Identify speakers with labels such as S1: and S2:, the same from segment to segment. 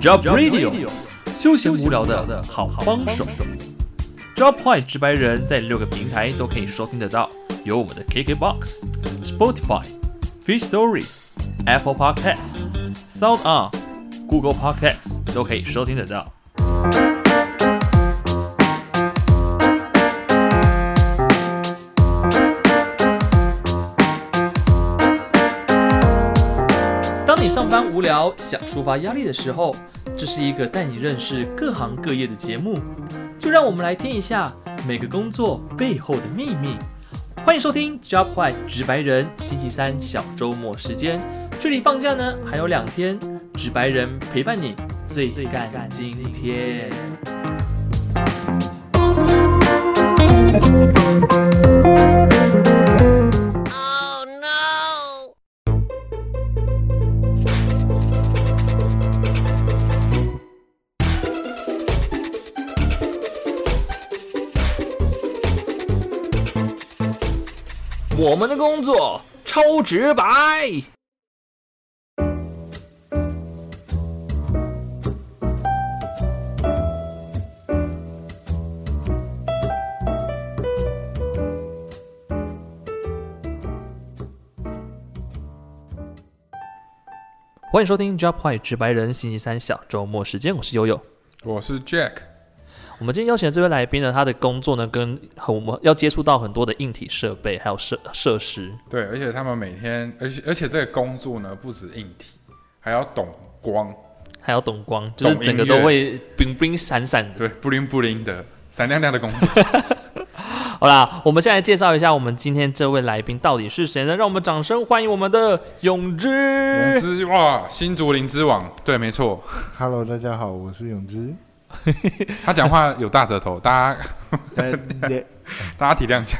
S1: Job Radio，休闲无聊的好帮手。JobHoy 直白人在六个平台都可以收听得到，有我们的 KKBox、Spotify、f e e Story、Apple Podcasts、Sound On、Google Podcasts 都可以收听得到。
S2: 当你上班无聊、想抒发压力的时候，这是一个带你认识各行各业的节目。就让我们来听一下每个工作背后的秘密。欢迎收听 Job White 直白人星期三小周末时间，距离放假呢还有两天，直白人陪伴你最干今天。我们的工作超直白。欢迎收听 Job White 直白人星期三小周末时间，我是悠悠。
S3: 我是 Jack，
S2: 我们今天邀请的这位来宾呢，他的工作呢，跟和我们要接触到很多的硬体设备，还有设设施。
S3: 对，而且他们每天，而且而且这个工作呢，不止硬体，还要懂光，
S2: 还有懂光，就是
S3: 懂
S2: 整个
S3: 音乐
S2: 都会冰冰闪闪的。
S3: 对，布灵布灵的，闪亮亮的工 作。
S2: 好啦，我们先来介绍一下我们今天这位来宾到底是谁呢？让我们掌声欢迎我们的永
S3: 总
S2: 之。
S3: 之，哇，新竹林之王，对，没错，
S4: Hello，大家好，我是永之。
S3: 他讲话有大舌头，大家
S4: 但也
S3: 大家体谅一下。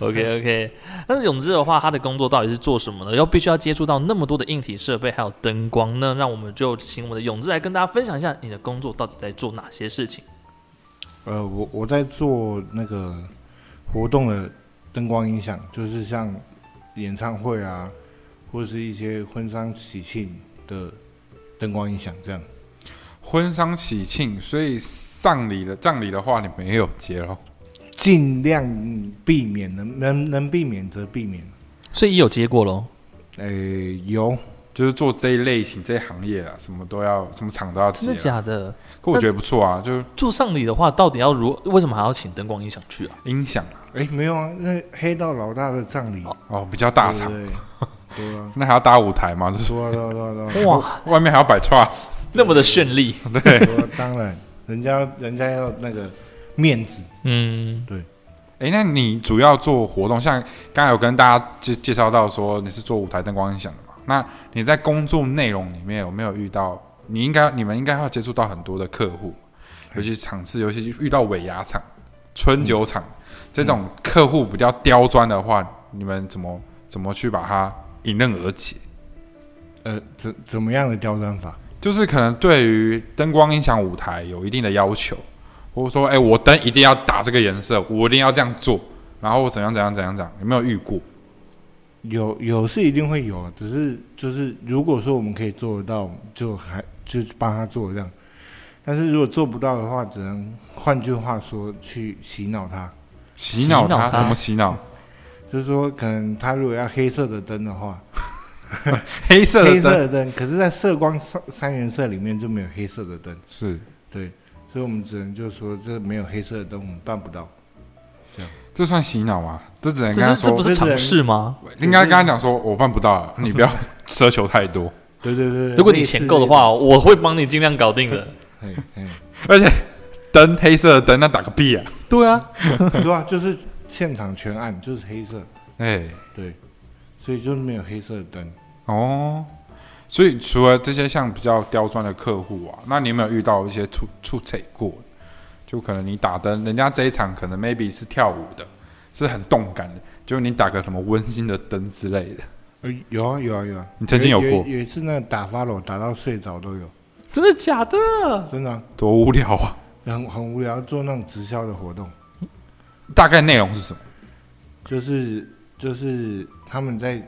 S2: OK OK，但是永之的话，他的工作到底是做什么呢？要必须要接触到那么多的硬体设备，还有灯光呢？让我们就请我们的永之来跟大家分享一下你的工作到底在做哪些事情。
S4: 呃，我我在做那个活动的灯光音响，就是像演唱会啊，或者是一些婚丧喜庆的灯光音响这样。
S3: 婚丧喜庆，所以丧礼的葬礼的话，你们也有接咯。
S4: 尽量避免，能能能避免则避免。
S2: 所以也有接过喽。
S4: 诶、有
S3: 就是做这一类型、这一行业啊，什么都要，什么厂都要接
S2: 真
S3: 啦。
S2: 的假的？
S3: 可我觉得不错啊，就是
S2: 住上礼的话，到底要如为什么还要请灯光音响去啊？
S3: 音响啊
S4: 诶、没有啊？那黑道老大的葬礼，
S3: 哦，比较大
S4: 对
S3: 厂，
S4: 对对对啊，
S3: 那还要搭舞台嘛，就是
S4: 对啊，对啊，对啊，对啊。
S2: 哇，
S3: 外面还要摆 trust。
S2: 那么的绚丽。
S4: 说啊当然，人家人家要那个面子，
S2: 嗯，
S3: 哎，那你主要做活动，像刚才有跟大家介介绍到说你是做舞台灯光音响的嘛？那你在工作内容里面有没有遇到？你应该你们应该要接触到很多的客户，尤其场次，尤其遇到尾牙场、春酒场、这种客户比较刁钻的话，你们怎么怎么去把它迎刃而解？
S4: 呃，怎怎么样的刁钻法？
S3: 就是可能对于灯光音响舞台有一定的要求，或者说，哎、我灯一定要打这个颜色，我一定要这样做，然后我怎样怎样怎样怎样，有没有遇过？
S4: 有有是一定会有，只是就是如果说我们可以做得到，就还就帮他做这样。但是如果做不到的话，只能换句话说去洗脑他，
S3: 洗脑
S2: 洗脑
S3: 他
S2: 他
S3: 怎么洗脑？
S4: 就是说可能他如果要黑色的灯的话，
S3: 黑色
S4: 黑
S3: 的
S4: 色
S3: 灯
S4: 的灯，可是在色光三三原色里面就没有黑色的灯，
S3: 是，
S4: 对，所以我们只能就说这没有黑色的灯，我们办不到。
S3: 这算洗脑吗？这只能跟
S2: 这
S3: 他
S2: 是这不
S3: 说，
S2: 是尝试吗？
S3: 应该跟他讲说，我办不到，啊 你不要奢求太多。
S4: 对对对，对
S2: 如果你钱够的，话，我会帮你尽量搞定 的。
S4: 类似嘿嘿
S3: 而且灯黑色的灯，那打个屁啊！
S2: 对啊，
S4: 对啊，就是现场全暗，就是黑色，
S3: 哎、
S4: 对，所以就是没有黑色的灯。
S3: 哦，所以除了这些像比较刁钻的客户啊，那你有没有遇到一些出出彩过？就可能你打灯，人家这一场可能 maybe 是跳舞的，是很动感的，就你打个什么温馨的灯之类的，
S4: 呃，有啊有啊有啊，
S3: 你曾经有
S4: 有
S3: 过
S4: 有一次那个打发了，打到睡着都有，
S2: 真的假的？
S4: 真的啊、
S3: 多无聊啊！
S4: 很很无聊，做那种直销的活动，
S3: 大概内容是什么？
S4: 就是就是他们在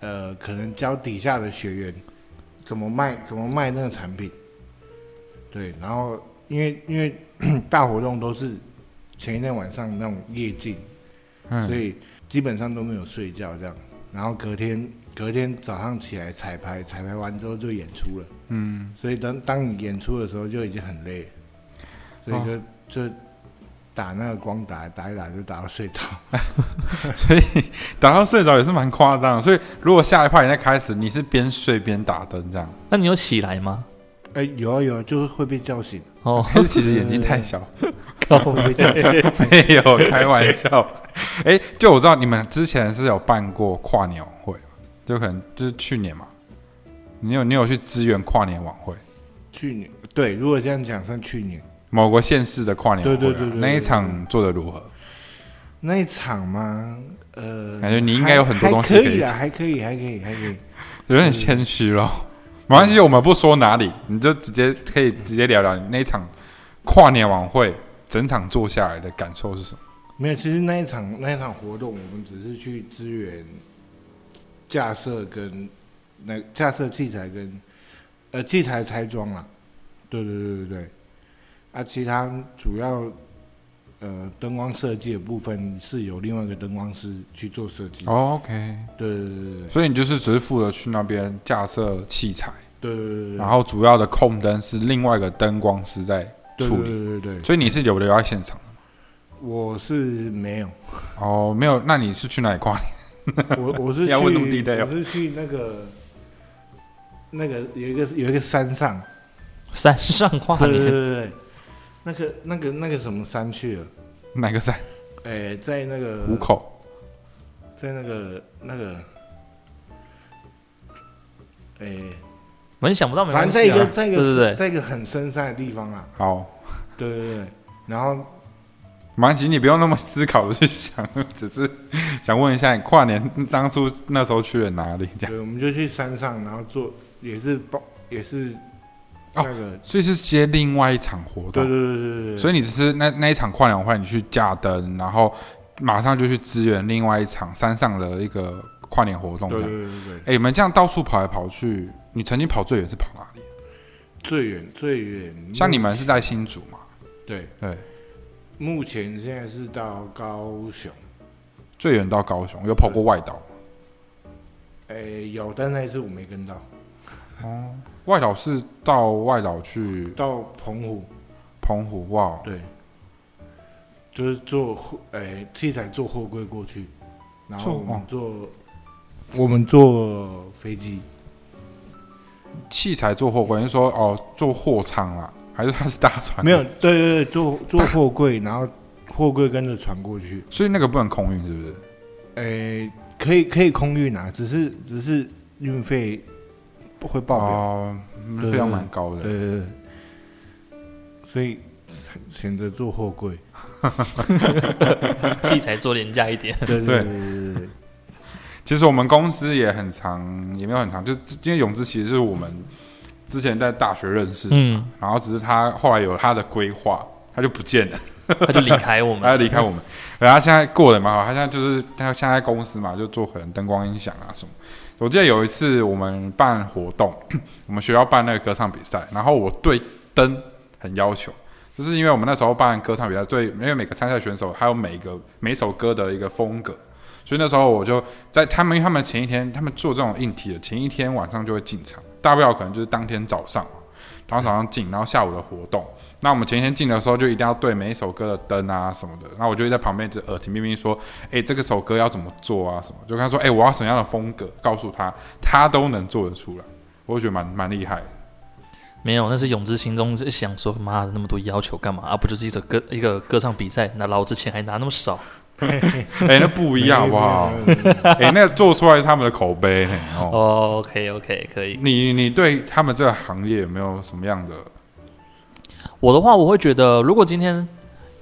S4: 呃，可能教底下的学员怎么卖怎么卖那个产品，对，然后因为因为 大活动都是前一天晚上那种夜静，所
S3: 嗯，
S4: 以基本上都没有睡觉这样。然后隔天隔天早上起来彩排，彩排完之后就演出了。
S3: 嗯，
S4: 所以当当你演出的时候就已经很累了，所以就、就打那个光打打一打就打到睡着。
S3: 所以打到睡着也是蛮夸张的。所以如果下一趴你再开始，你是边睡边打灯这样，
S2: 那你有起来吗？
S4: 哎、有啊有啊，就是会被叫醒，
S2: 哦，
S3: 还是其实眼睛太小？
S2: 靠
S4: 会被叫醒。
S3: 没有开玩笑。 哎、就我知道你们之前是有办过跨年晚会，就可能就是去年嘛，你有你有去支援跨年晚会，
S4: 去年对，如果这样讲算去年
S3: 某个县市的跨年晚会、啊，
S4: 对对对对对
S3: 那一场做的如何？
S4: 那一场嘛，呃，
S3: 感觉你应该有很多
S4: 还
S3: 东
S4: 还
S3: 西可
S4: 可
S3: 以
S4: 以啦，
S3: 讲
S4: 还可以，还可以，还可以。
S3: 有点谦虚咯。没关系，我们不说哪里，你就直接可以直接聊聊你那一场跨年晚会整场做下来的感受是什么？
S4: 没有，其实那一场那一场活动，我们只是去支援架设跟那架设器材跟呃器材拆装啦。对对对对对。啊，其他主要呃灯光设计的部分是由另外一个灯光师去做设计。
S3: 哦 OK，
S4: 对对对对对
S3: 所以你就是只是负责去那边架设器材，
S4: 对对对对。
S3: 然后主要的控灯是另外一个灯光师在
S4: 对
S3: 处
S4: 对
S3: 理，
S4: 对对对，对
S3: 所以你是有留在现场的
S4: 我是没有，
S3: 哦，没有，那你是去哪里跨 年？
S4: 我我是去
S3: 要问那么低调
S4: 我是去那个那个有一个有一个山上。
S2: 山上跨
S4: 对对对
S2: 年，
S4: 对对，那个那个那个什么山去了？
S3: 哪个山？
S4: 哎、在那个
S3: 湖，口
S4: 在那个那个，哎、
S2: 我正想不到，没
S4: 反
S2: 关
S4: 正
S2: 系啊
S4: 在一个在一个
S2: 对对对
S4: 在一个很深山的地方啊。
S3: 好。
S4: 对对对，然后
S3: 哦蛮吉，你不用那么思考的去想， 只是想问一下，你跨年当初那时候去了哪里？这样，
S4: 对，我们就去山上，然后做也是包也是
S3: 哦
S4: 那个，
S3: 所以是接另外一场活动。
S4: 对对对对对对，
S3: 所
S4: 以
S3: 以你只是那那一场跨年晚会，你去架灯，然后马上就去支援另外一场山上的一个跨年活动。
S4: 对
S3: 这样
S4: 对对对对，
S3: 哎、你们这样到处跑来跑去，你曾经跑最远是跑哪里？
S4: 最远最远，
S3: 像你们是在新竹嘛？
S4: 对，
S3: 对，
S4: 目前现在是到高雄，
S3: 最远到高雄，有跑过外岛吗。
S4: 哎、有，但那一次我没跟到，
S3: 哦，外岛是到外岛去
S4: 到澎湖。
S3: 澎湖哇。哦
S4: 对，就是做货，哎、器材做货柜过去，然后
S3: 做
S4: 我
S3: 哦
S4: 们做，我们做飞机，
S3: 器材做货柜，你是说哦做货舱啦，还是它是大船？
S4: 没有，，对对对，做做货柜，然后货柜跟着船过去，
S3: 所以那个不能空运，是不是？
S4: 哎、可以可以空运啊，只是只是运费会爆表，
S3: 哦，嗯
S4: 对
S3: 费用蛮高的。
S4: 对对对，所以选选择做货 柜，
S2: 器材做廉价一 点。
S4: 对
S3: 对
S4: 对对对对，
S3: 其实我们公司也很长，也没有很长，就因为永志其实是我们之前在大学认识，
S2: 嗯，
S3: 然后只是他后来有他的规划，他就不见了，
S2: 他就离开我
S3: 他
S2: 们。
S3: 就离开我们。然后他现在过得蛮好，他现在就是他现在在公司嘛，就做可能灯光音响啊什么。我记得有一次我们办活动， 我们学校办那个歌唱比赛，然后我对灯很要求，就是因为我们那时候办歌唱比赛，对，因为每个参赛选手还有每个每首歌的一个风格，所以那时候我就在他们，因为他们前一天他们做这种硬体的，前一天晚上就会进场，大不了可能就是当天早上嘛，然后早上进，然后下午的活动。那我们前一天进的时候，就一定要对每一首歌的灯啊什么的。那我就在旁边一直耳提面命说：“哎、这个首歌要怎么做啊？什么？”就跟他说：“哎、我要什么样的风格？”告诉他，他都能做得出来。我就觉得蛮蛮厉害的。
S2: 没有，那是永志心中是想说，妈的那么多要求干嘛？啊，不就是一个歌一个歌唱比赛，那老子钱还拿那么少？
S3: 哎、那不一样好不好
S4: 没？有？没有没有没有
S3: 哎、那做出来是他们的口 碑呢、哦，
S2: 哦，OK OK，可以。
S3: 你你对他们这个行业有没有什么样的？
S2: 我的话，我会觉得，如果今天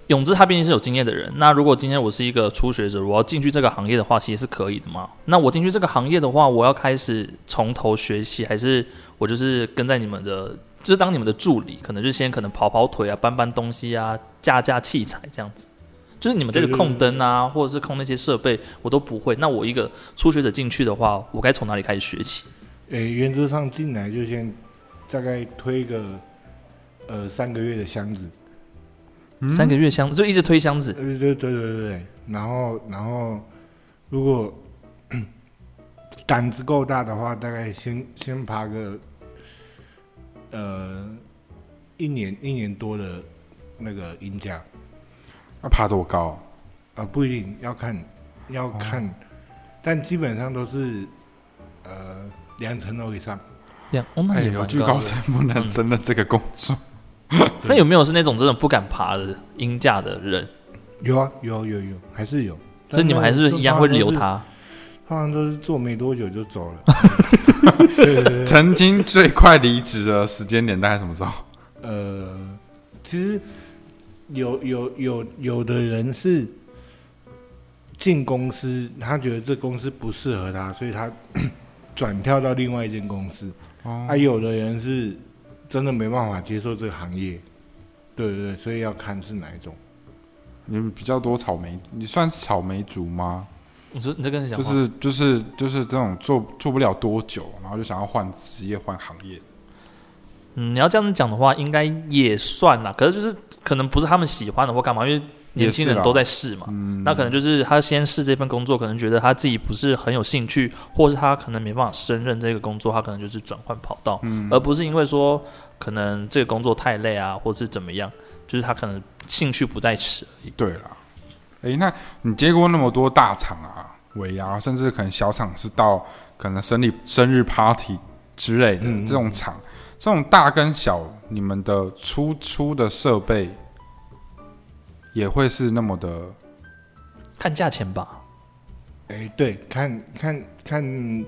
S2: 永志他毕竟是有经验的人，那如果今天我是一个初学者，我要进去这个行业的话，其实是可以的嘛。那我进去这个行业的话，我要开始从头学习，还是我就是跟在你们的，就是当你们的助理，可能就先可能跑跑腿啊，搬搬东西啊，架架器材这样子。就是你们这个
S4: 对对对
S2: 控灯啊，或者是控那些设备，我都不会。那我一个初学者进去的话，我该从哪里
S4: 哎
S2: 开始学起？
S4: 诶、原则上进来就先大概推个呃三个月的箱子，
S2: 三个月箱就一直推箱子，
S4: 呃对对对对对，然后然后如果 胆子够大的话，大概先先爬个呃一年一年多的那个银架
S3: 要爬多高？
S4: 啊，不一定要看要看，
S2: 哦
S4: 但基本上都是呃两层楼以上。
S2: 这样哦，那
S3: 哎，
S2: 也
S3: 有
S2: 蛮
S3: 惧
S2: 高
S3: 高
S2: 的。
S3: 症不能真的这个工作，
S2: 那有没有是那种真的不敢爬的鹰架的人？
S4: 有啊，有有有，还是有。
S2: 所以你们还是一样会留，他？
S4: 通常都是做没多久就 走了。对对对，对
S3: 嗯曾经最快离职的时间点大概什么时候？
S4: 呃，其实有有有有的人是进公司，他觉得这公司不适合他，所以他 转跳到另外一间公司。
S3: 哦
S4: 啊，，有的人是真的没办法接受这个行业。对对对，所以要看是哪一种。
S3: 你们比较多草莓，你算是草莓族吗？
S2: 你说你在跟谁讲
S3: 就
S2: 话？
S3: 是就是就是这种做做不了多久，然后就想要换职业换行业。
S2: 嗯，你要这样子讲的话，应该也算啦。可是就是可能不是他们喜欢的或干嘛，因为年轻
S3: 也是
S2: 人
S3: 啦
S2: 都在试嘛。
S3: 嗯，
S2: 那可能就是他先试这份工作，可能觉得他自己不是很有兴趣，或是他可能没办法胜任这个工作，他可能就是转换跑道，
S3: 嗯
S2: 而不是因为说可能这个工作太累啊，或是怎么样，就是他可能兴趣不在此而已。
S3: 对啦。哎、那你接过那么多大厂啊、尾牙，甚至可能小厂是到可能生日生日 party 之类的、
S4: 嗯嗯
S3: 这种厂，这种大跟小，你们的出出的设备也会是那么的
S2: 看价钱吧，
S4: 哎，对，看看看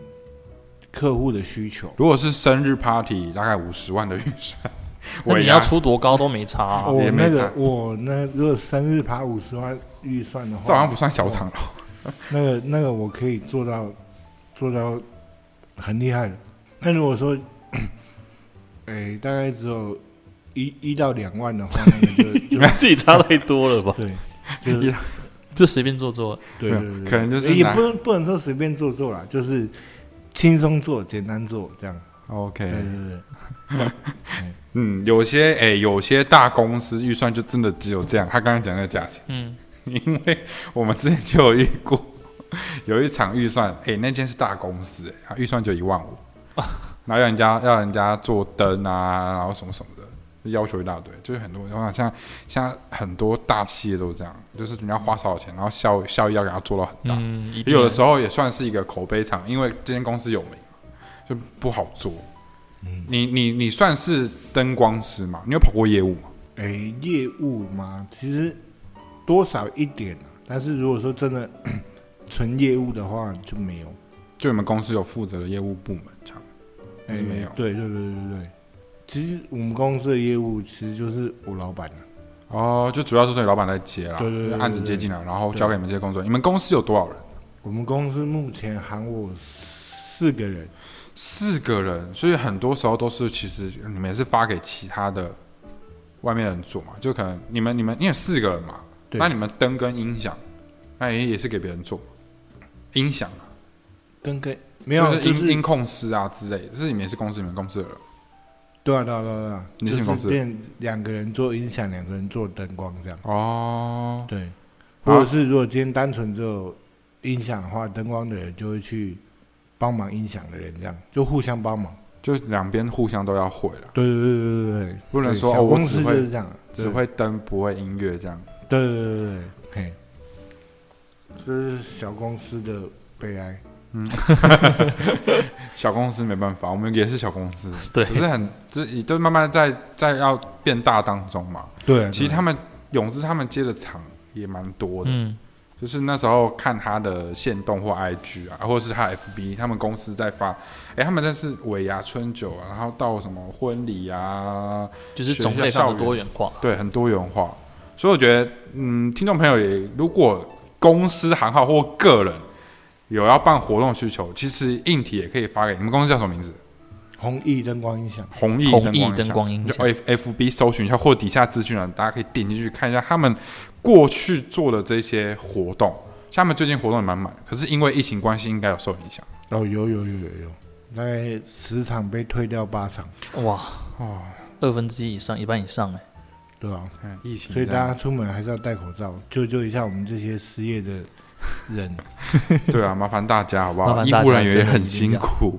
S4: 客户的需求。
S3: 如果是生日 party，大概五十万的预算，
S2: 那
S3: 尾
S2: 你
S3: 牙
S2: 要出多高都没差、啊。
S4: 我
S3: 也没
S4: 那个
S3: 差
S4: 我那如果生日爬五十万预算的话，
S3: 这好像不算小厂了。
S4: 那个那个我可以做到做到很厉害的。那如果说，哎、大概只有一一到两万的话，那个 就就
S2: 自己差太多了吧？
S4: 对，就是
S2: 就随便做做，
S4: 对对
S3: 没有
S4: 对对，
S3: 可能就是
S4: 也
S3: 拿
S4: 不能不能说随便做做啦，就是轻松做、简单做这样。对
S3: OK，
S4: 对对，
S3: 嗯，有些哎、有些大公司预算就真的只有这样。他刚才讲的价钱，
S2: 嗯，
S3: 因为我们之前就有遇过， 有一场预算，哎、那间是大公司、哎啊预算就一万五，
S2: 啊
S3: 然后要人家要人家做灯啊，然后什么什么的，就要求一大堆，就是很多，我想像像很多大企业都是这样，就是人家花少少钱，然后效效益要给他做到很大。
S2: 嗯，一定
S3: 有的时候也算是一个口碑厂，因为这间公司有名，就不好做。你你你算是灯光师嘛？你有跑过业务吗？
S4: 哎、业务嘛，其实多少一点啊、但是如果说真的纯业务的话，就没有。
S3: 就你们公司有负责的业务部门这样？
S4: 哎、
S3: 是没有
S4: 对对对对对，其实我们公司的业务其实就是我老板啊
S3: 哦，就主要是你老板在接啦，
S4: 对对对
S3: 就是
S4: 对
S3: 案子接进来，然后交给你们这些工作。你们公司有多少人？
S4: 我们公司目前喊我四个人，
S3: 四个人，所以很多时候都是其实你们也是发给其他的外面的人做嘛，就可能你们你们因为四个人嘛，
S4: 对
S3: 那你们灯跟音响，那也也是给别人做嘛音响啊。
S4: 跟跟没有
S3: 就是
S4: 就
S3: 音、
S4: 是
S3: 音控师啊之类的，是你们也是公司你们公司的人，
S4: 对啊对啊对啊对啊，
S3: 你是
S4: 就
S3: 公司
S4: 是变两个人做音响，两个人做灯光这样。
S3: 哦，
S4: 对，
S3: 啊
S4: 或者是如果今天单纯只有音响的话，灯光的人就会去帮忙音响的人这样，就互相帮忙。
S3: 就是两边互相都要会了，
S4: 对对对对对对，
S3: 不能
S4: 对
S3: 说
S4: 小
S3: 哦我
S4: 公
S3: 只
S4: 司就
S3: 会
S4: 是这样啊，
S3: 只
S4: 对
S3: 会灯不会音乐这样。
S4: 对对对对对，嘿，这是小公司的悲哀。
S3: 小公司没办法，我们也是小公司，
S2: 对
S3: 可是很就也就慢慢在在要变大当中嘛。
S4: 对啊，
S3: 其实
S4: 对啊
S3: 他们永志他们接的场也蛮多的，
S2: 嗯，
S3: 就是那时候看他的线动或 IG 啊，或者是他 FB，他们公司在发，哎，他们这是尾牙春酒啊，然后到什么婚礼啊，
S2: 就是种类上的多元化。
S3: 对，很多元化。所以我觉得，嗯，听众朋友也，如果公司行号或个人有要办活动需求，其实硬体也可以发给你们公司叫什么名字？
S4: 弘毅灯光音响，
S3: 弘毅
S2: 弘
S3: 灯
S2: 毅
S3: 光
S2: 灯光音
S3: 就
S2: 响
S3: F F B 搜寻一下，或底下资讯栏，大家可以点进去看一下他们过去做的这些活动。像他们最近活动也蛮满的，可是因为疫情关系，应该有受影响。
S4: 哦，有有有有有，大概十场被退掉八场，
S2: 哇，
S3: 哦，
S2: 二分之一以上，一半以上哎。
S4: 对啊，
S3: 嗯，疫情
S4: 所以
S3: 这
S4: 大
S3: 样，
S4: 家出门还是要戴口罩，救救一下我们这些失业的人。
S3: 对啊，麻烦大家好不
S2: 麻
S3: 好？
S2: 烦
S3: 医
S2: 大家
S3: 护人员也
S2: 真的
S3: 很
S2: 一定
S3: 辛
S2: 要
S3: 苦，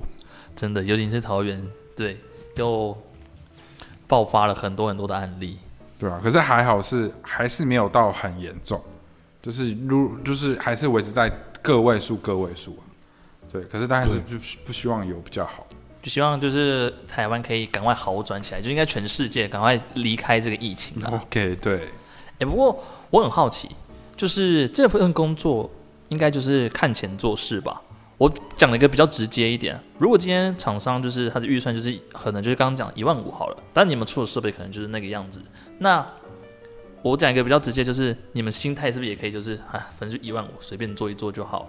S2: 真的，尤其是桃园，对，又爆发了很多很多的案例。
S3: 对啊，可是还好是还是没有到很严重，就是如就是还是维持在个位数个位数啊、对，可是当然是不不希望有比较好。
S2: 就希望就是台湾可以赶快好转起来，就应该全世界赶快离开这个疫情啊！
S3: OK，对，
S2: 哎、不过我很好奇，就是这份工作应该就是看钱做事吧？我讲了一个比较直接一点，如果今天厂商就是他的预算就是可能就是刚刚讲一万五好了，但你们出的设备可能就是那个样子。那我讲一个比较直接，就是你们心态是不是也可以就是啊，反正就一万五随便做一做就好了。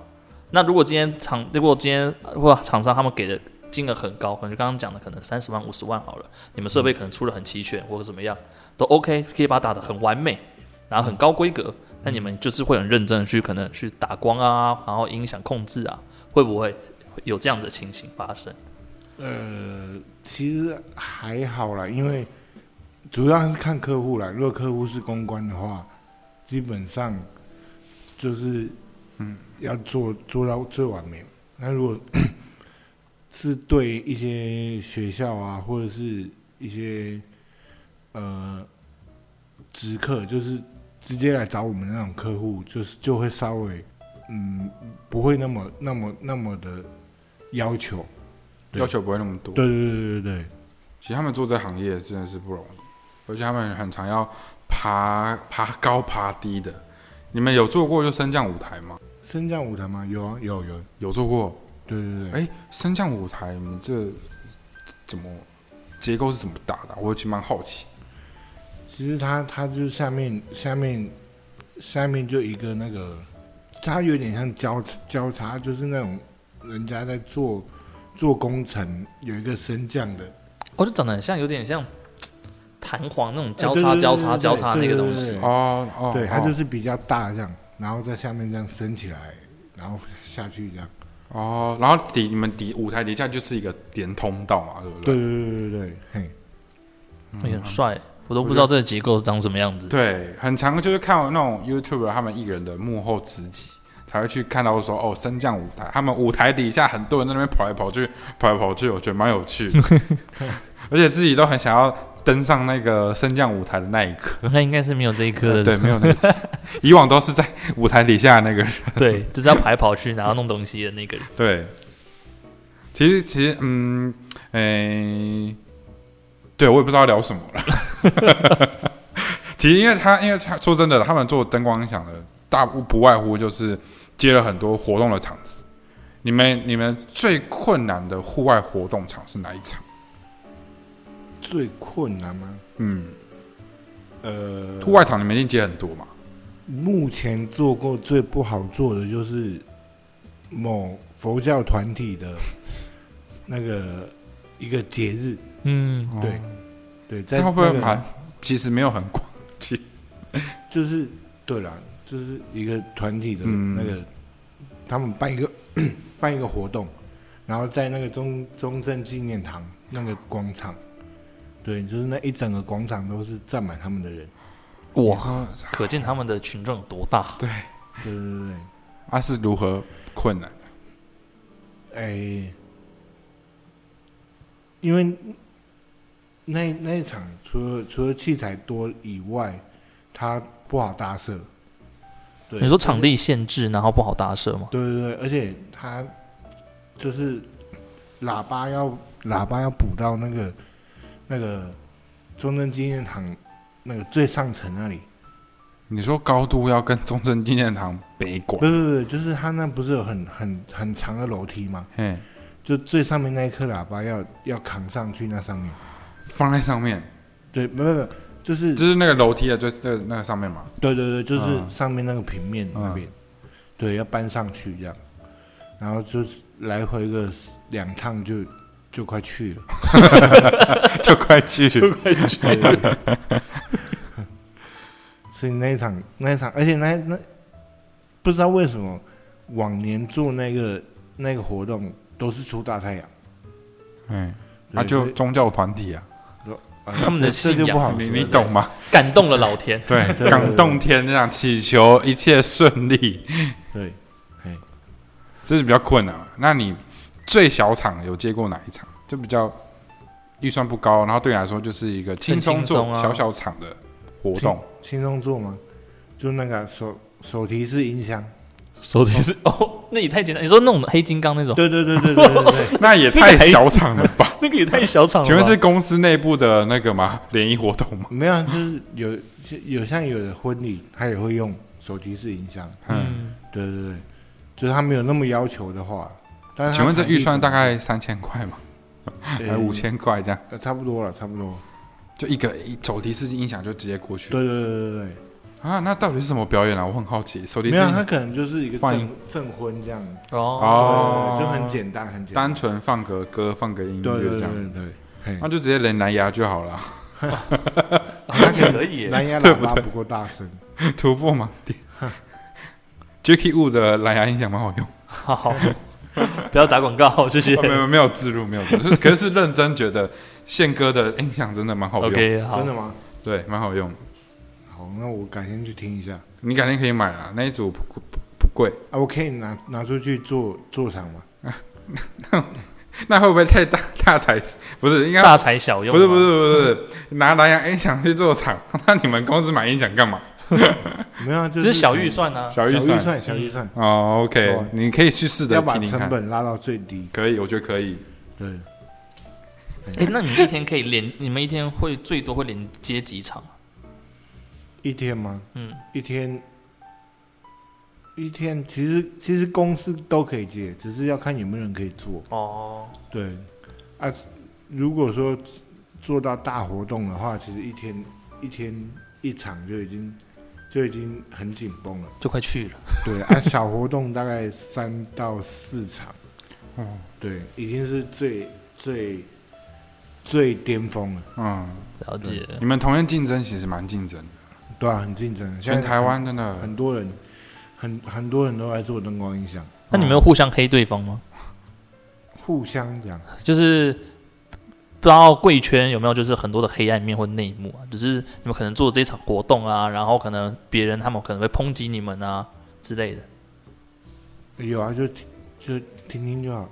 S2: 那如果今天厂，如果今天哇厂商他们给的金额很高，可能就刚刚讲的可能三十万、五十万好了，你们设备可能出的很齐全或者怎么样，都 OK，可以把它打得很完美。然后很高规格，那你们就是会很认真的去可能去打光啊，然后音响控制啊，会不会有这样子的情形发生？
S4: 呃，其实还好啦，因为主要是看客户啦。如果客户是公关的话，基本上就是
S3: 嗯
S4: 要做做到最完美。那如果 是对一些学校啊，或者是一些呃直客，就是直接来找我们那种客户，就是就会稍微嗯不会那么那么那么的要求。对
S3: 要求不会那么多。
S4: 对对对对对，
S3: 其实他们做这行业真的是不容易，而且他们很常要爬爬高爬低的。你们有做过就升降舞台吗？
S4: 升降舞台吗？有啊，有有，
S3: 有做过。
S4: 对对对，
S3: 哎、升降舞台，你们这怎么结构是怎么打的啊？我其实蛮好奇。
S4: 其实它它就是下面下面下面就一个那个，它有点像交交叉，就是那种人家在做做工程有一个升降的
S2: 哦，就长得很像，有点像嘖弹簧那种交叉、
S4: 哎对对对
S2: 交
S4: 对
S2: 叉、
S4: 对
S2: 交叉的那个东
S4: 对
S2: 西
S4: 对。
S3: 哦哦，
S4: 对，它就是是比较大这样，然后在下面这样升起来，然后下去这样。
S3: 哦，然后底你们底舞台底下就是一个连通道嘛，对不
S4: 对
S3: 对？
S4: 对对对对，嘿，
S2: 哎很帅，我都不知道这个结构长什么样子。
S3: 对，很常就是看那种 YouTube 他们艺人的幕后职级，才会去看到说哦升降舞台，他们舞台底下很多人在那边跑来跑去，跑来跑去，我觉得蛮有趣的， 而且自己都很想要登上那个升降舞台的那一刻。
S2: 那应该是没有这一颗的，
S3: 对，没有那个，以往都是在舞台底下那个人。
S2: 对，就是要跑来跑去，然后弄东西的那个人。
S3: 对，其实其实嗯，诶、对我也不知道聊什么了。 其实因为他，因为他说真的，他们做灯光音响的，大不不外乎就是接了很多活动的场子。你们你们最困难的户外活动场是哪一场？
S4: 最困难吗？
S3: 嗯，
S4: 呃，
S3: 户外场你们一定接很多嘛？
S4: 目前做过最不好做的就是某佛教团体的那个一个节日，
S2: 嗯，
S4: 对
S3: 哦，
S4: 对，在
S3: 这会不会
S4: 那个
S3: 蛮？其实没有很广，其实
S4: 就是对啦，就是一个团体的
S3: 嗯
S4: 那个，他们办一个 办一个活动，然后在那个中中正纪念堂那个广场，对，就是那一整个广场都是站满他们的人，
S2: 哇，可见他们的群众有多大。
S4: 对对对对。
S3: 啊是如何困难？
S4: 哎、因为那那一场除了除了器材多以外，它不好搭设。对，
S2: 你说场地限制，然后不好搭设吗？
S4: 对对对，而且它就是喇叭要喇叭要补到那个那个中正纪念堂那个最上层那里。
S3: 你说高度要跟中正纪念堂北管
S4: 不，不不，就是它那不是有很很很长的楼梯吗？
S3: 嘿，
S4: 就最上面那一颗喇叭要要扛上去那上面。
S3: 放在上面，
S4: 对，没有没有，就是
S3: 就是那个楼梯的最最那个上面嘛。
S4: 对对对，就是
S3: 嗯
S4: 上面那个平面那边，对，要搬上去这样，然后就是来回个两趟就就快去了，
S3: 就快去，
S4: 对对对 所以那一场那一场，而且那那不知道为什么往年做那个那个活动都是出大太阳，
S3: 嗯，
S4: 对
S3: 那就
S4: 所以
S3: 宗教团体啊，
S4: 啊
S2: 他们的
S4: 这这
S2: 信
S4: 就
S2: 仰
S4: 不好
S3: 你
S4: 说
S3: 你
S4: 了
S3: 懂吗？
S2: 感动了老天。
S3: 对
S4: 对，
S3: 感动天这样祈求一切顺利，
S4: 对，哎，
S3: 这是比较困难嘛。啊那你最小场有接过哪一场？就比较预算不高，然后对你来说就是一个轻松
S2: 很轻松
S3: 做
S2: 啊
S3: 小小场的活动。
S4: 轻松做吗？就那个手手提式音箱，
S2: 手提是哦，那也太简单。你说那种黑金刚那种，
S4: 对对对对对对对，
S3: 那也太小场了 吧？
S2: 那个也太小场了吧。
S3: 请问是公司内部的那个吗？联谊活动吗？
S4: 没有啊，就是有有像有的婚礼，他也会用手提式音箱，
S3: 嗯，
S2: 嗯，
S4: 对对对，就是他没有那么要求的话，但是
S3: 嗯请问这预算大
S4: 概
S3: 概三千块吗？还是五，千块这样？
S4: 呃差不多了，差不多，
S3: 就一个一手提式音响就直接过去
S4: 对对对对对。
S3: 啊？那到底是什么表演啊？我很好奇。手提
S4: 没
S3: 式
S4: 有，啊
S3: 音
S4: 他可能就是一个
S3: 放
S4: 证
S3: 映
S4: 证婚这样，
S2: 哦，
S3: 哦，
S4: 对对对就很简单，很简单
S3: 单，纯放个歌，放个音
S4: 对对
S3: 乐
S4: 对
S3: 这样，
S4: 对对，嘿
S3: 那就直接连蓝牙 就好了。
S2: 那个可以耶。
S4: 蓝牙喇叭不够大声，
S3: 徒步盲点，Jacky Wu 的蓝牙音响蛮好用，
S2: 好， 不要打广告，谢谢
S3: 哦、。没有没有自入，没有 自入，可是是认真觉得宪哥的音响真的 蛮好用
S2: OK，好
S4: 真，的吗？
S3: 对，蛮好用的。
S4: 好，那我改天去听一下。
S3: 你改天可以买啊，那一组不不不不贵，
S4: 啊，我可以拿拿出去做做场吗？
S3: 那会不会太大大材？不是，应该
S2: 大材小用。啊
S3: 不是不，是不是，拿蓝牙音响去做场， 那你们公司买音响干嘛？
S4: 没有啊，就
S2: 只是小
S4: 可能
S2: 预算啊。
S3: 小
S4: 小
S3: 预
S4: 预
S3: 算
S4: 算，小预算，
S3: 哦
S4: 对
S3: ，OK，
S4: 啊
S3: 你可以去试着
S4: 要把
S3: 嗯听听
S4: 成
S3: 看，
S4: 本拉到最低。
S3: 可以，我觉得可以。
S4: 对，
S2: 哎，那你们一天可以连，你们一天会最多会连接几场？啊
S4: 一天吗？
S2: 嗯，
S4: 一天，一天，其实其实公司都可以接，只是要看有没有人可以做。
S2: 哦，
S4: 对，啊，如果说做到大活动的话，其实一天一天一场就已经就已经很紧绷了。
S2: 就快去了。
S4: 对，啊，小活动大概三到四场，
S3: 哦，
S4: 对，已经是最最最巅峰了。
S3: 嗯，
S2: 了解。
S3: 你们同业竞争其实蛮竞争的，
S4: 对啊，很竞争。现
S3: 全
S4: 在
S3: 台湾真的
S4: 很多人，很很多人都在做灯光音响，
S2: 那你们有互相黑对方吗？
S4: 互相讲。
S2: 就是不知道贵圈有没有就是很多的黑暗面或内幕啊，就是你们可能做这场活动啊，然后可能别人他们可能会抨击你们啊之类的，
S4: 有啊，就听就听听就好。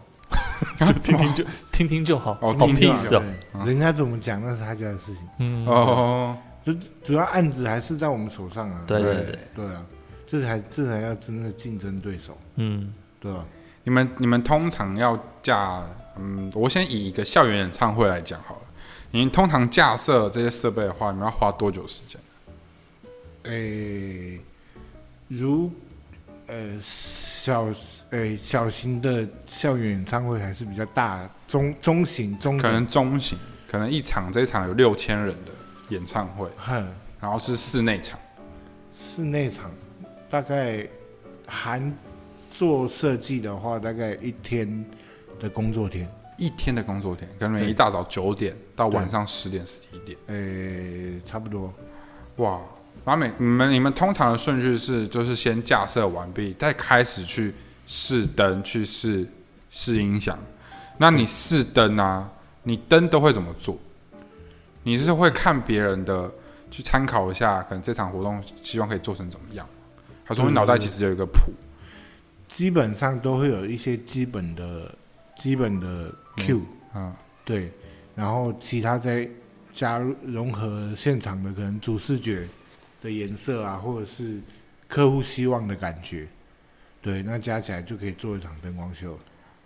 S2: 就听听就听听就好，好
S3: 哦听听就
S2: peace 哦，
S4: 对人家怎么讲那是他家的事情，
S2: 嗯，
S3: 哦，
S4: 就主要案子还是在我们手上啊。
S2: 对对
S3: 对
S2: 对，
S4: 对啊，这才这才要真的竞争对手，
S2: 嗯，
S4: 对吧、
S3: 你们你们通常要架，嗯，我先以一个校园演唱会来讲好了。你们通常架设这些设备的话，你们要花多久时间？
S4: 诶、如呃小诶、小型的校园演唱会还是比较大，中中型中
S3: 可能中型，可能一场这一场有六千人的演唱会，
S4: 很
S3: 然后是室内场，
S4: 室内场，大概含做设计的话，大概一天的工作天。
S3: 一天的工作天，可能
S4: 对
S3: 一大早九点到晚上十点十一点，
S4: 诶、呃差不多。
S3: 哇！然后每你们你们通常的顺序是，就是先架设完毕，再开始去试灯，去试试音响。那你试灯啊，你灯都会怎么做？你是会看别人的，去参考一下，可能这场活动希望可以做成怎么样？还是说你脑袋其实有一个谱？
S4: 基本上都会有一些基本的、基本的 Q，、
S3: 嗯，
S4: 对，然后其他再加入融合现场的可能主视觉的颜色啊，或者是客户希望的感觉，对，那加起来就可以做一场灯光秀，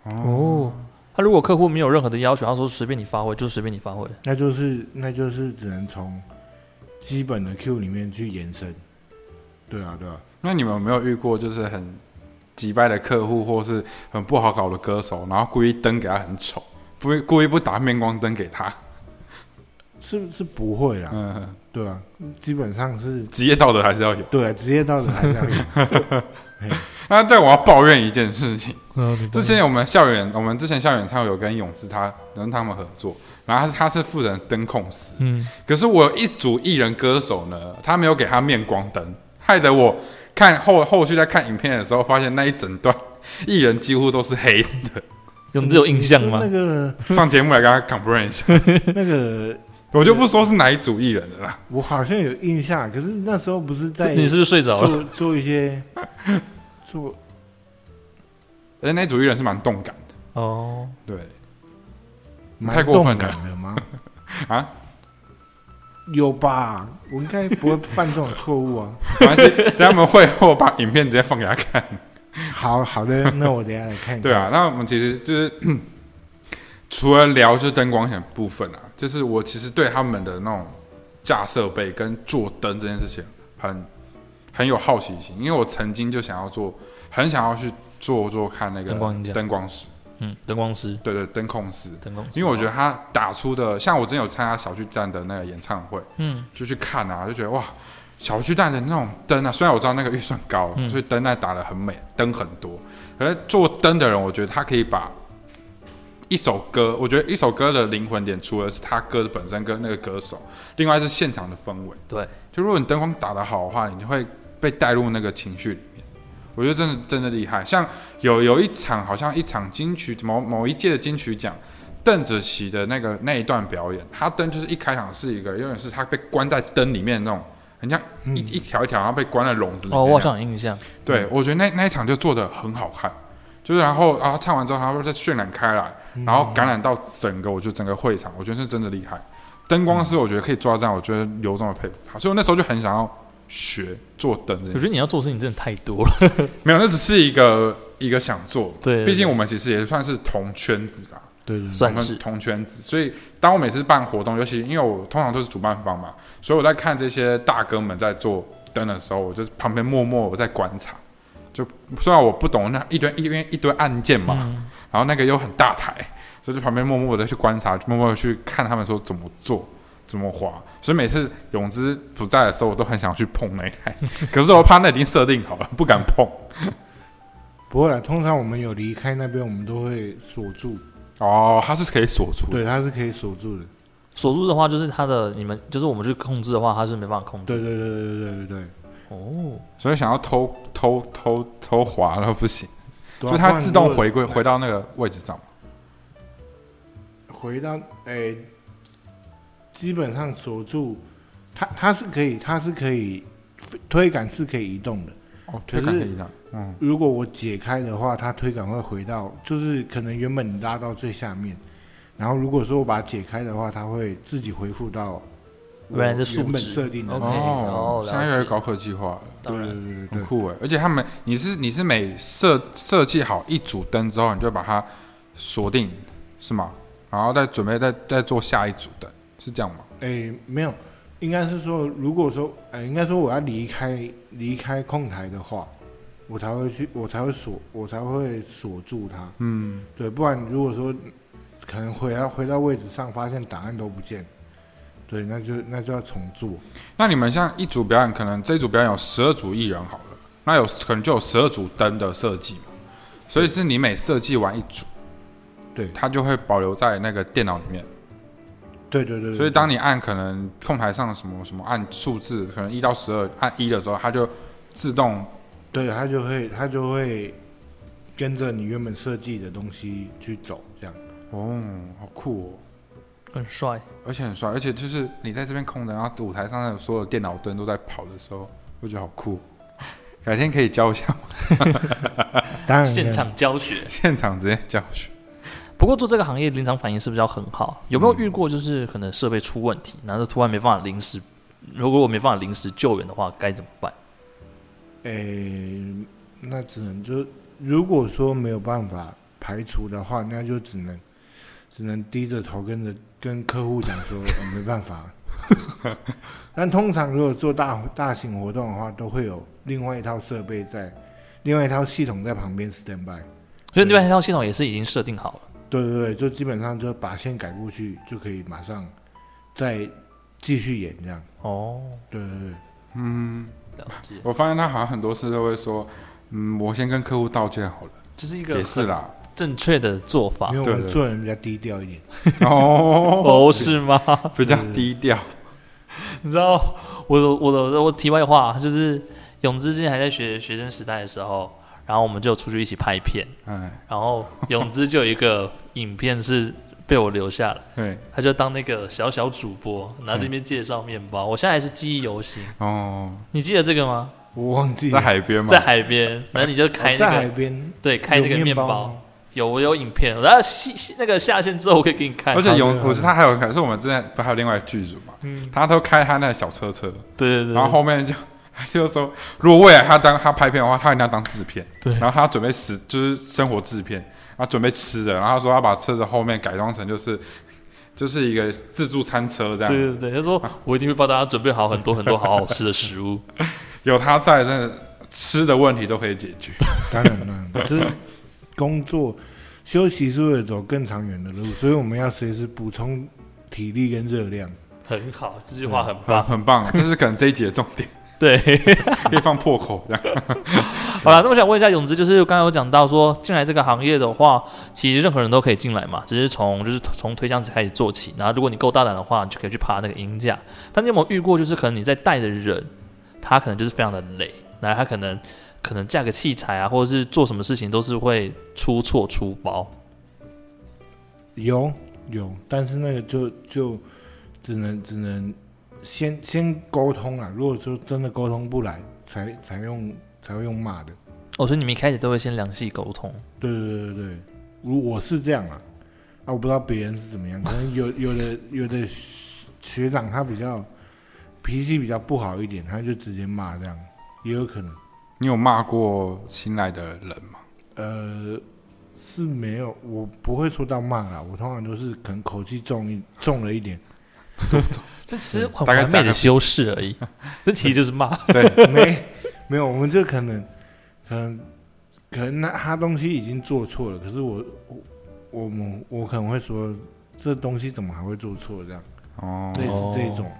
S2: 哦，他如果客户没有任何的要求，他说随便你发挥，就随便你发挥，
S4: 那就是那就是只能从基本的 Q 里面去延伸，对啊，对啊，
S3: 那你们有没有遇过就是很击败的客户，或是很不好搞的歌手，然后故意灯给他很丑，不故意不打面光灯给他？
S4: 是是不会啦，
S3: 嗯，
S4: 对啊，基本上是
S3: 职业道德还是要有。
S4: 对、啊、职业道德还是要有，
S3: 那但我要抱怨一件事情，
S2: 嗯，
S3: 之前我们校园，我们之前校园唱有跟永志他跟他们合作，然后他是他是负责灯控师，
S2: 嗯，
S3: 可是我有一组艺人歌手呢，他没有给他面光灯，害得我看后后续在看影片的时候，发现那一整段艺人几乎都是黑的。
S2: 有这有印象
S4: 就
S2: 吗
S4: 那？个
S3: 上节目来跟他 complain 一下，
S4: 那个
S3: 我就不说是哪一组艺人了啦。
S4: 我好像有印象，可是那时候不是在
S1: 你是不是睡着了？
S4: 做做一些做
S3: 而且那组艺人是蛮动感的，
S1: 哦，
S3: 对，
S4: 蛮
S3: 太过分
S4: 动
S3: 了
S4: 感的吗？
S3: 啊？
S4: 有吧？我应该不会犯这种错误啊。
S3: 反正等 他们会后把影片直接放给他看。
S4: 好好的，那我等一下来看一看。
S3: 对啊，那我们其实就是 除了聊就是灯光显部分啊，就是我其实对他们的那种架设备跟做灯这件事情很很有好奇心，因为我曾经就想要做，很想要去做做看那个
S1: 灯光音响
S3: 灯光师，
S1: 嗯，灯光师，
S3: 对对，灯控师。
S1: 灯光师，
S3: 因为我觉得他打出的，像我之前有参加小巨蛋的那个演唱会，
S1: 嗯，
S3: 就去看啊，就觉得哇，小巨蛋的那种灯啊，虽然我知道那个预算高，
S1: 嗯
S3: 所以灯那啊打的很美，灯很多。可是做灯的人，我觉得他可以把一首歌，我觉得一首歌的灵魂点，除了是他歌本身跟那个歌手，另外是现场的氛围。
S1: 对，
S3: 就如果你灯光打得好的话，你就会被带入那个情绪里面。我觉得真的真的厉害，像有有一场好像一场金曲某某一届的金曲奖，邓紫棋的那个那一段表演，她灯就是一开场是一个，永远是她被关在灯里面那种，很像一、
S4: 嗯
S3: 一条一条，然后被关在笼子里面那
S1: 哦，
S3: 样。
S1: 我好像有印象，
S3: 对，我觉得那那一场就做的很好看，就是然后啊唱完之后，他会再渲染开来，然后感染到整个，我觉得整个会场，我觉得是真的厉害。灯光师我觉得可以抓这样，我觉得刘总的佩服他，所以我那时候就很想要学做灯
S1: 我
S3: 这件
S1: 觉
S3: 事。
S1: 得你要做的事情真的太多了，
S3: 没有，那只是一个一个想做，
S1: 对
S3: 毕竟我们其实也算是同圈子啊，
S4: 对对对
S3: 我
S1: 算
S3: 们
S1: 是
S3: 同圈子，所以当我每次办活动，尤其因为我通常都是主办方嘛，所以我在看这些大哥们在做灯的时候，我就是旁边默默我在观察。就虽然我不懂那一堆一堆一堆按键嘛，
S1: 嗯，
S3: 然后那个又很大台，所以就旁边默默的去观察，默默的去看他们说怎么做。怎么滑？所以每次泳姿不在的时候，我都很想去碰那一台， 可是我怕那已经设定好了，不敢碰。
S4: 不会啦，通常我们有离开那边，我们都会锁住。
S3: 哦，它是可以锁住的。
S4: 对，它是可以锁住的。
S1: 锁住的话就是它的，你们就是我们去控制的话，它是没办法控制，
S4: 对对对对对对对对
S1: 哦，
S3: 所以想要偷偷偷偷滑，然后不行，
S4: 对啊。
S3: 所以
S4: 不
S3: 它
S4: 然
S3: 自
S4: 如
S3: 动
S4: 果
S3: 回归回到那个位置上。
S4: 回到诶、基本上锁住，它它是可以，它是可以推杆是可以移动的。
S3: 哦，
S4: 可
S3: 推
S4: 是
S3: 杆可以的，嗯，
S4: 如果我解开的话，它推杆会回到，就是可能原本你拉到最下面，然后如果说我把它解开的话，它会自己恢复到我
S1: 原来的数值
S4: 原本设定的。
S1: OK，哦
S3: 哦，
S1: 了
S3: 现在越来越
S1: 解
S3: 搞科技化了，
S4: 对
S1: 当
S4: 对
S1: 然，
S4: 对对
S3: 很
S4: 对，
S3: 酷哎！而且他们，你是你是每设设计好一组灯之后，你就把它锁定，是吗？然后再准备再再做下一组灯，是这样吗？
S4: 诶、哎没有，应该是说，如果说，诶、应该说我要离开离开控台的话，我才会去，我才会锁，我才会锁住它。
S3: 嗯，
S4: 对，不然如果说可能回到回到位置上，发现档案都不见，对，那就那就要重做。
S3: 那你们像一组表演，可能这一组表演有十二组艺人好了，那有可能就有十二组灯的设计嘛，所以是你每设计完一组，
S4: 对
S3: 它就会保留在那个电脑里面。
S4: 对对对对。
S3: 所以当你按可能控台上什么什么按数字，可能一到十二按一的时候，它就自动
S4: 对它就会它就会跟着你原本设计的东西去走，这样。
S3: 哦，好酷哦。
S1: 很帅，
S3: 而且很帅，而且就是你在这边空的，然后舞台上有所有电脑灯都在跑的时候，我觉得好酷。哦改天可以教一下，
S4: 当然
S1: 现场教学。
S3: 现场直接教学。
S1: 不过做这个行业临场反应是不是要很好？有没有遇过就是可能设备出问题，然后突然没办法临时，如果我没办法临时救援的话，该怎么办？
S4: 诶、那只能就如果说没有办法排除的话，那就只能只能低着头跟着跟客户讲说、呃没办法。 但通常如果做大大型活动的话，都会有另外一套设备在，另外一套系统在旁边 stand by。
S1: 所以另外一套系统也是已经设定好了。
S4: 对对对，就基本上就把线改过去，就可以马上再继续演这样。
S1: 哦，
S4: 对对对。
S3: 嗯，
S1: 了解，
S3: 我发现他好像很多事都会说，嗯，我先跟客户道歉好了，
S1: 就是一个
S3: 也是
S1: 很
S3: 啦。
S1: 正确的做法
S4: 因为
S3: 对
S4: 我们
S3: 对
S4: 做人比较低调一点，
S3: 哦，
S1: 哦，是吗？
S3: 比较低调。
S1: 你知道我的我的我题外话就是，泳之之前还在学学生时代的时候，
S2: 嗯
S1: 然后我们就出去一起拍片，
S3: 哎，
S1: 然后泳之就有一个影片是
S2: 被我留下来，
S3: 对，
S2: 他就当那个小小主播，然后那边介绍面包。我现在还是记忆犹新，
S3: 哦，
S2: 你记得这个吗？
S4: 我忘记
S3: 在
S4: 了
S3: 海边嘛，
S2: 在海边，然后你就开
S4: 我在海
S2: 那个，
S4: 边
S2: 对，开那个
S4: 有面
S2: 包，
S4: 包吗
S2: 有我有影片，然后下下那个下线之后我可以给你看。
S3: 而且有
S4: 好的，好
S3: 我
S4: 的
S3: 觉得他还有，可是我们之前不还有另外一个剧组嘛，
S2: 嗯，
S3: 他都开他那小车车，
S2: 对对对，
S3: 然后后面就 他就说，如果未来他当他拍片的话，他一定要当制片，
S2: 对
S3: 然后他准备食就是生活制片，他准备吃的，然后他说要把车子后面改装成就是就是一个自助餐车这样，
S2: 对对对，他说我一定会帮大家准备好很多很多好好吃的食物。
S3: 有他在，真的吃的问题都可以解决。
S4: 当然了，就是工作休息是为了走更长远的路，所以我们要随时补充体力跟热量。
S2: 很好，这句话很
S3: 很
S2: 棒。
S3: 啊很棒，这是可能这一集的重点，
S2: 对，
S3: 可以放破口这样。
S2: 好了，那我想问一下泳姿，就是刚才有讲到说，进来这个行业的话，其实任何人都可以进来嘛，只是从就是从推箱子开始做起。然后如果你够大胆的话，你就可以去爬那个鹰架。但你有没有遇过，就是可能你在带的人，他可能就是非常的累，然后他可能可能架个器材啊，或者是做什么事情都是会出错出包。
S4: 有有，但是那个就就只能只能先先沟通啊。如果说真的沟通不来，才才用才会用骂的。
S2: 哦，所以你们一开始都会先良性沟通。
S4: 对对对对对，如我是这样啊，啊，我不知道别人是怎么样，可能有 有的有的学长他比较脾气比较不好一点，他就直接骂这样，也有可能。
S3: 你有骂过新来的人吗？
S4: 呃，是没有，我不会说到骂啦，我通常都是可能口气重一重了一点，
S2: 这其实很
S3: 大概
S2: 完美
S3: 大概
S2: 的修饰而已，这其实就是骂。
S4: 没没有，我们就可能可能可能那他东西已经做错了，可是我我我们我可能会说这东西怎么还会做错这样，
S3: 哦，
S4: 类似这种，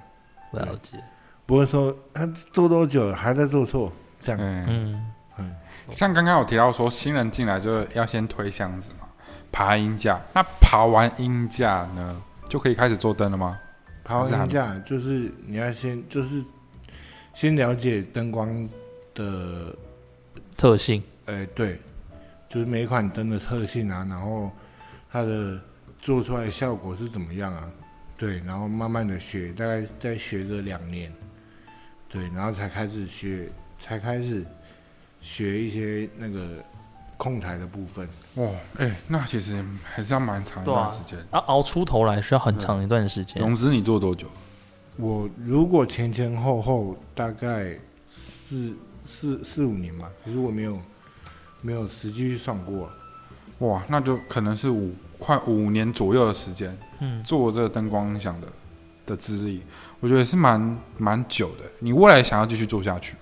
S2: 了解，
S4: 不会说他做多久了还在做错这样，
S3: 嗯，
S2: 嗯，
S3: 像刚刚有提到说，新人进来就要先推箱子嘛，爬鹰架。那爬完鹰架呢，就可以开始做灯了吗？
S4: 爬
S3: 还是
S4: 完
S3: 还
S4: 音架就是你要先就是先了解灯光的
S2: 特性。
S4: 哎，对，就是每一款灯的特性啊，然后它的做出来的效果是怎么样啊？对，然后慢慢的学，大概再学个两年，对，然后才开始学，才开始学一些那个控台的部分。
S3: 哇，哎、那其实还是要蛮长一
S2: 对啊
S3: 段时间。
S2: 啊，熬出头来需要很长一段时间。
S3: 融资你做多久？
S4: 我如果前前后后大概四四四五年吧，可是我没有没有实际去算过啊、
S3: 哇，那就可能是五快五年左右的时间
S2: 嗯，
S3: 做这个灯光音响的的资历，我觉得也是蛮蛮久的。你未来想要继续做下去吗？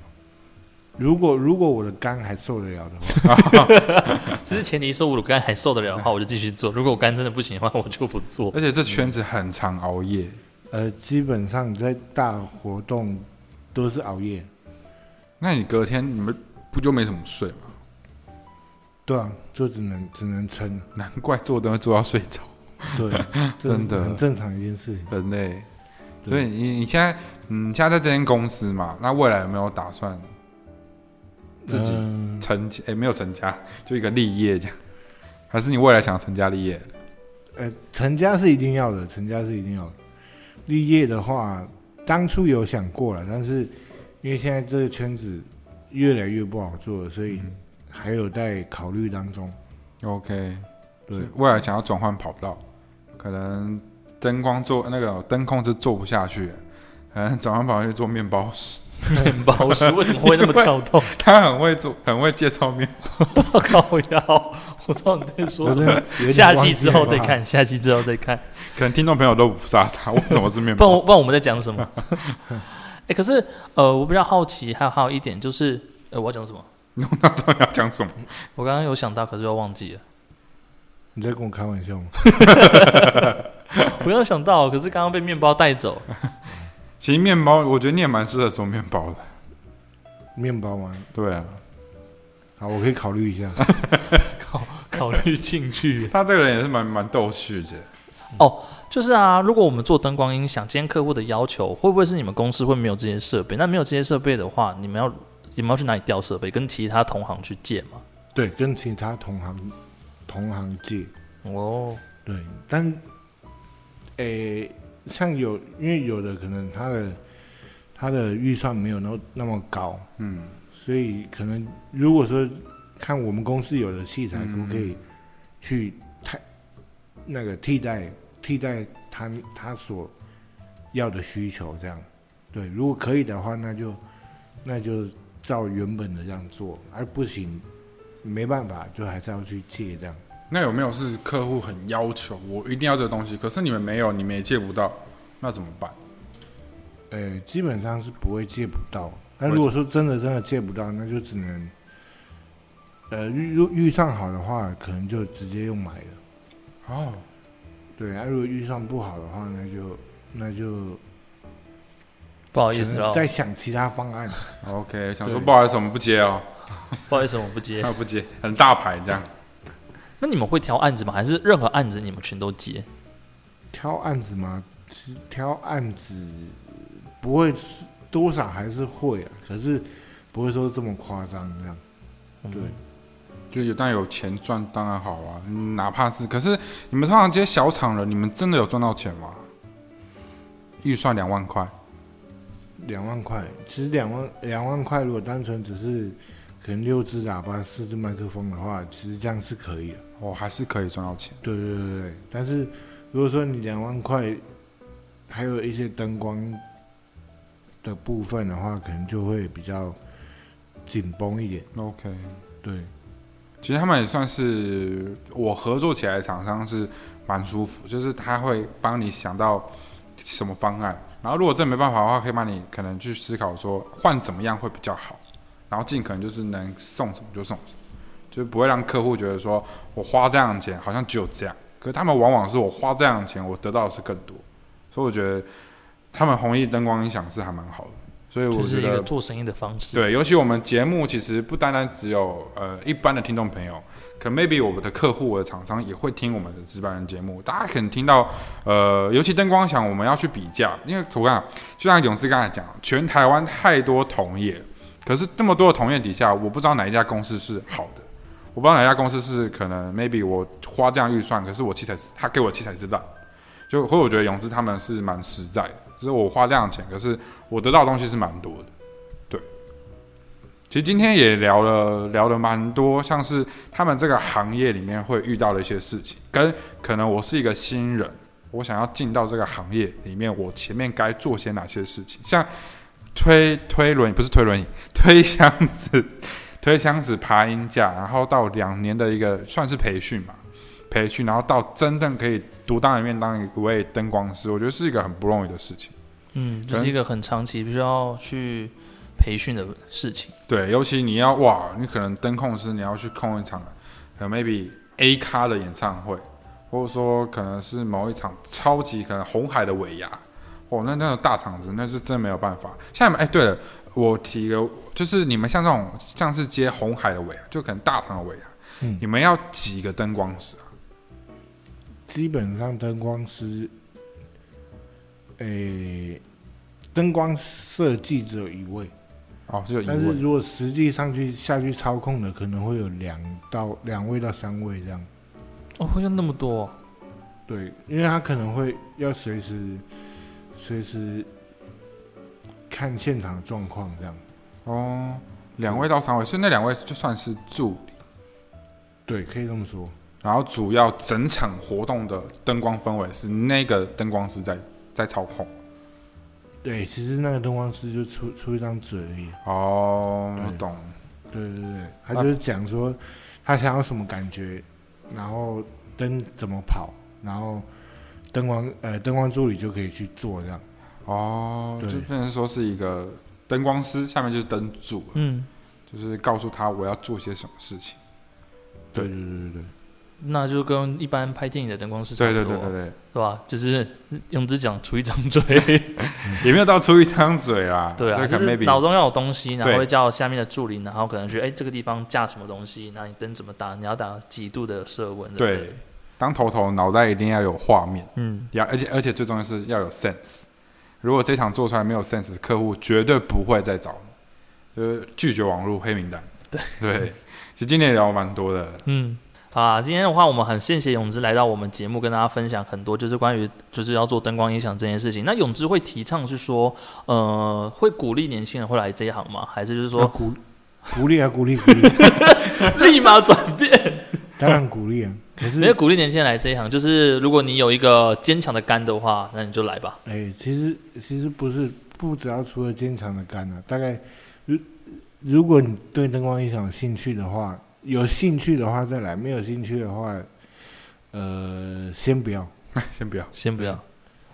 S4: 如果如果我的肝还受得了的 话，
S2: 只是前提说，我如果肝还受得了的话，我就继续做；如果我肝真的不行的话，我就不做。
S3: 而且这圈子很常熬夜，
S4: 呃，基本上在大活动都是熬夜，
S3: 那你隔天你们不就没怎么睡吗？
S4: 对啊，就只能只能撑，
S3: 难怪做灯会做到睡着，
S4: 对，这是
S3: 真的
S4: 很正常的一件事情。
S3: 人类。
S4: 对
S3: 所以你你现在嗯，现在在这间公司嘛，那未来有没有打算自己
S4: 嗯
S3: 成哎、没有成家，就一个立业这样？还是你未来想成家立业？
S4: 呃，成家是一定要的，成家是一定要的。立业的话，当初有想过了，但是因为现在这个圈子越来越不好做了，所
S2: 嗯
S4: 以还有在考虑当中。
S3: OK，
S4: 对
S3: 所以未来想要转换跑道，可能灯光做那个灯控制做不下去，可能转换跑道去做面包师，
S2: 面包师为什么会那么跳动？
S3: 他很会做，很会介绍面。
S2: 我靠腰！我知道你在说
S4: 有
S2: 什
S4: 点
S2: 么。
S4: 有点
S2: 下
S4: 忘
S2: 期
S4: 记
S2: 之后
S4: 了
S2: 再
S4: 吧，
S2: 看，下期之后再 看。
S3: 可能听众朋友都不傻傻，为什么是面
S2: 不然我
S3: 包？
S2: 不然我们在讲什么？ 哎、可是呃，我比较好奇，还有还有一点就是，呃，我要讲什么？
S3: 那知道要讲什么？
S2: 我刚刚有想到，可是又忘记了。
S4: 你在跟我开玩笑吗？
S2: 我刚刚想到，可是刚刚被面包带走。
S3: 其实面包，我觉得你也蛮适合做面包的。
S4: 面包吗？
S3: 对啊，
S4: 好，我可以考 虑一下。
S2: 考虑进去。
S3: 他这个人也是蛮蛮逗趣的。
S2: 就是啊，如果我们做灯光音响，今天客户的要求会不会是你们公司会没有这些设备？那没有这些设备的话，你们要你们要去哪里调设备？跟其他同行去借吗？
S4: 对，跟其他同行同行借。
S2: 哦，
S4: 对，但诶、像有因为有的可能他的他的预算没有那那么高，
S3: 嗯，
S4: 所以可能如果说看我们公司有的器材可不可以去替那个替代替代他他所要的需求这样，对，如果可以的话，那就那就照原本的这样做，而不行没办法，就还是要去借这样。
S3: 那有没有是客户很要求我一定要这个东西，可是你们没有，你们也借不到，那怎么办？
S4: 呃，基本上是不会借不到。那如果说真的真的借不到，那就只能，呃，预预预算好的话，可能就直接用买了。
S3: 哦，
S4: 对，那、如果预算不好的话，那就那就
S2: 不好
S4: 可
S2: 意思哦
S4: 能
S2: 了，
S4: 再想其他方案。
S3: 哦 OK，想说
S4: 对
S3: 不好意思，我们不接哦，
S2: 不好意思，我不接
S3: 那。不接，很大牌这样。
S2: 那你们会挑案子吗？还是任何案子你们全都接？
S4: 挑案子嘛，其实挑案子不会是多少还是会啊，可是不会说这么夸张这样。对，
S2: 嗯
S3: 就有但有钱赚当然好啊，嗯哪怕是可是你们通常接小厂了，你们真的有赚到钱吗？预算两万块，
S4: 两万块，其实两万两万块，如果单纯只是可能六支喇叭、四支麦克风的话，其实这样是可以的。
S3: 我、哦还是可以赚到钱。
S4: 对对对对，但是如果说你两万块，还有一些灯光的部分的话，可能就会比较紧绷一点。
S3: OK，
S4: 对，
S3: 其实他们也算是我合作起来的厂商是蛮舒服，就是他会帮你想到什么方案，然后如果真没办法的话，可以帮你可能去思考说换怎么样会比较好，然后尽可能就是能送什么就送什么，就是不会让客户觉得说我花这样的钱好像只有这样，可是他们往往是我花这样的钱，我得到的是更多，所以我觉得他们弘毅灯光音响是还蛮好的，所以我
S2: 就是
S3: 觉
S2: 一
S3: 得
S2: 个做生意的方式。
S3: 对，尤其我们节目其实不单单只有呃一般的听众朋友，可能 maybe 我们的客户、我的厂商也会听我们的值班人节目。大家可能听到呃，尤其灯光响，我们要去比价，因为我看就像勇士刚才讲，全台湾太多同业，可是那么多的同业底下，我不知道哪一家公司是好的，我不知道哪一家公司是可能 maybe 我花这样预算，可是我器材他给我器材是烂，就或者我觉得勇士他们是蛮实在的，就是我花这样的钱，可是我得到的东西是蛮多的。其实今天也聊了聊了蛮多，像是他们这个行业里面会遇到的一些事情，跟可能我是一个新人，我想要进到这个行业里面，我前面该做些哪些事情？像推推轮不是推轮椅， 推箱子、 推箱子、爬音架，然后到两年的一个算是培训嘛，培训，然后到真正可以独当一面当一位灯光师，我觉得是一个很不容易的事情。
S2: 嗯，就是一个很长期必须要去培训的事情。
S3: 对，尤其你要哇，你可能灯控师你要去控一场，可能 maybe A 咖的演唱会，或者说可能是某一场超级可能红海的尾牙，哦，那那种大场子那是真没有办法。像你们哎，对了，我提个，就是你们像这种像是接红海的尾牙，就可能大场的尾牙，
S4: 嗯
S3: 你们要几个灯光师啊？
S4: 基本上灯光师，诶、灯光设计只有一位，
S3: 哦，只有一
S4: 但是
S3: 位。
S4: 如果实际上去下去操控的，可能会有两到两位到三位这样。
S2: 哦，会用那么多、
S4: 对，因为他可能会要随时随时看现场状况这样。
S3: 哦，两位到三位，所以那两位就算是助理，
S4: 对，可以这么说。
S3: 然后主要整场活动的灯光氛围是那个灯光师在在操控。
S4: 对，其实那个灯光师就出出一张嘴而已。
S3: 哦，
S4: 对
S3: 我懂。
S4: 对对对，他就是讲说他想要什么感觉，然后灯怎么跑，然后灯光呃灯光助理就可以去做这样。
S3: 哦，
S4: 对
S3: 就变成说是一个灯光师，下面就是灯柱了，
S2: 嗯，
S3: 就是告诉他我要做些什么事情。
S4: 对对对对对，
S2: 那就跟一般拍电影的灯光师差
S3: 对
S2: 不多，
S3: 对对对对，
S2: 对吧？就是用只讲出一张嘴，
S3: 也没有到出一张嘴啦。
S2: 对啊，
S3: 这
S2: 就
S3: 可能
S2: 是脑
S3: maybe
S2: 中要有东西，然
S3: 对
S2: 后会叫下面的助理，然后可能去哎这个地方架什么东西，那你灯怎么打，你要打几度的色温，对不
S3: 对，当头头，脑袋一定要有画面，
S2: 嗯，
S3: 要而且而且最重要是要有 sense。如果这场做出来没有 sense，客户绝对不会再找你，就是拒绝网络黑名单。对对，其实今天也聊蛮多的，
S2: 嗯，好啊，今天的话，我们很谢谢永之来到我们节目，跟大家分享很多，就是关于就是要做灯光音响这件事情。那永之会提倡是说，呃，会鼓励年轻人会来这一行吗？还是就是
S4: 啊
S2: 说
S4: 鼓鼓励啊，鼓励鼓励，
S2: 立马转变？
S4: 当然鼓励啊。可
S2: 没有
S4: 是，
S2: 鼓励年轻人来这一行，就是如果你有一个坚强的肝的话，那你就来吧。
S4: 哎，其实其实不是，不只要除了坚强的肝啊，大概如如果你对灯光音响有兴趣的话，有兴趣的话再来，没有兴趣的话，呃，先不要。
S3: 先不要。
S2: 先不要。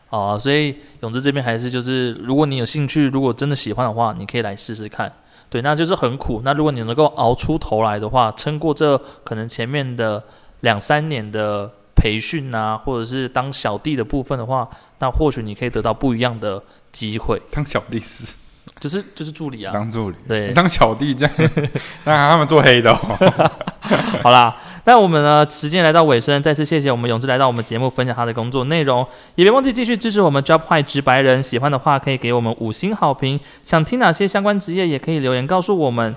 S2: 好啊，所以永志这边还是就是，如果你有兴趣，如果真的喜欢的话，你可以来试试看。对，那就是很苦。那如果你能够熬出头来的话，撑过这可能前面的两三年的培训啊，或者是当小弟的部分的话，那或许你可以得到不一样的机会，
S3: 当小弟是
S2: 就是就是助理啊。
S3: 当助理，
S2: 对，
S3: 当小 弟这样，让他们做黑的、哦。
S2: 好啦，那我们呢，时间来到尾声，再次谢谢我们永志来到我们节目分享他的工作内容，也别忘记继续支持我们 Job High 直白人，喜欢的话可以给我们五星好评，想听哪些相关职业也可以留言告诉我们。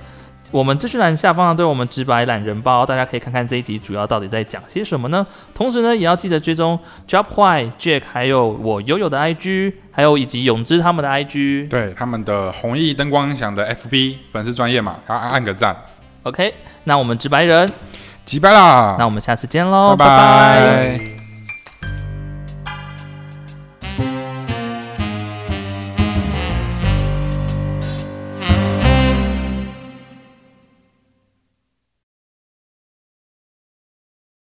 S2: 我们资讯栏下方呢都有我们直白懒人包，大家可以看看这一集主要到底在讲些什么呢？同时呢，也要记得追踪 Job High Jack 还有我悠悠的 IG，还有以及永之他们的 IG。
S3: 对，他们的弘毅灯光音响的 FB 粉丝专业嘛，啊，按个赞，
S2: OK，那我们直白人，
S3: 击败啦
S2: 那，我们下次见喽，
S3: 拜
S2: 拜
S3: 拜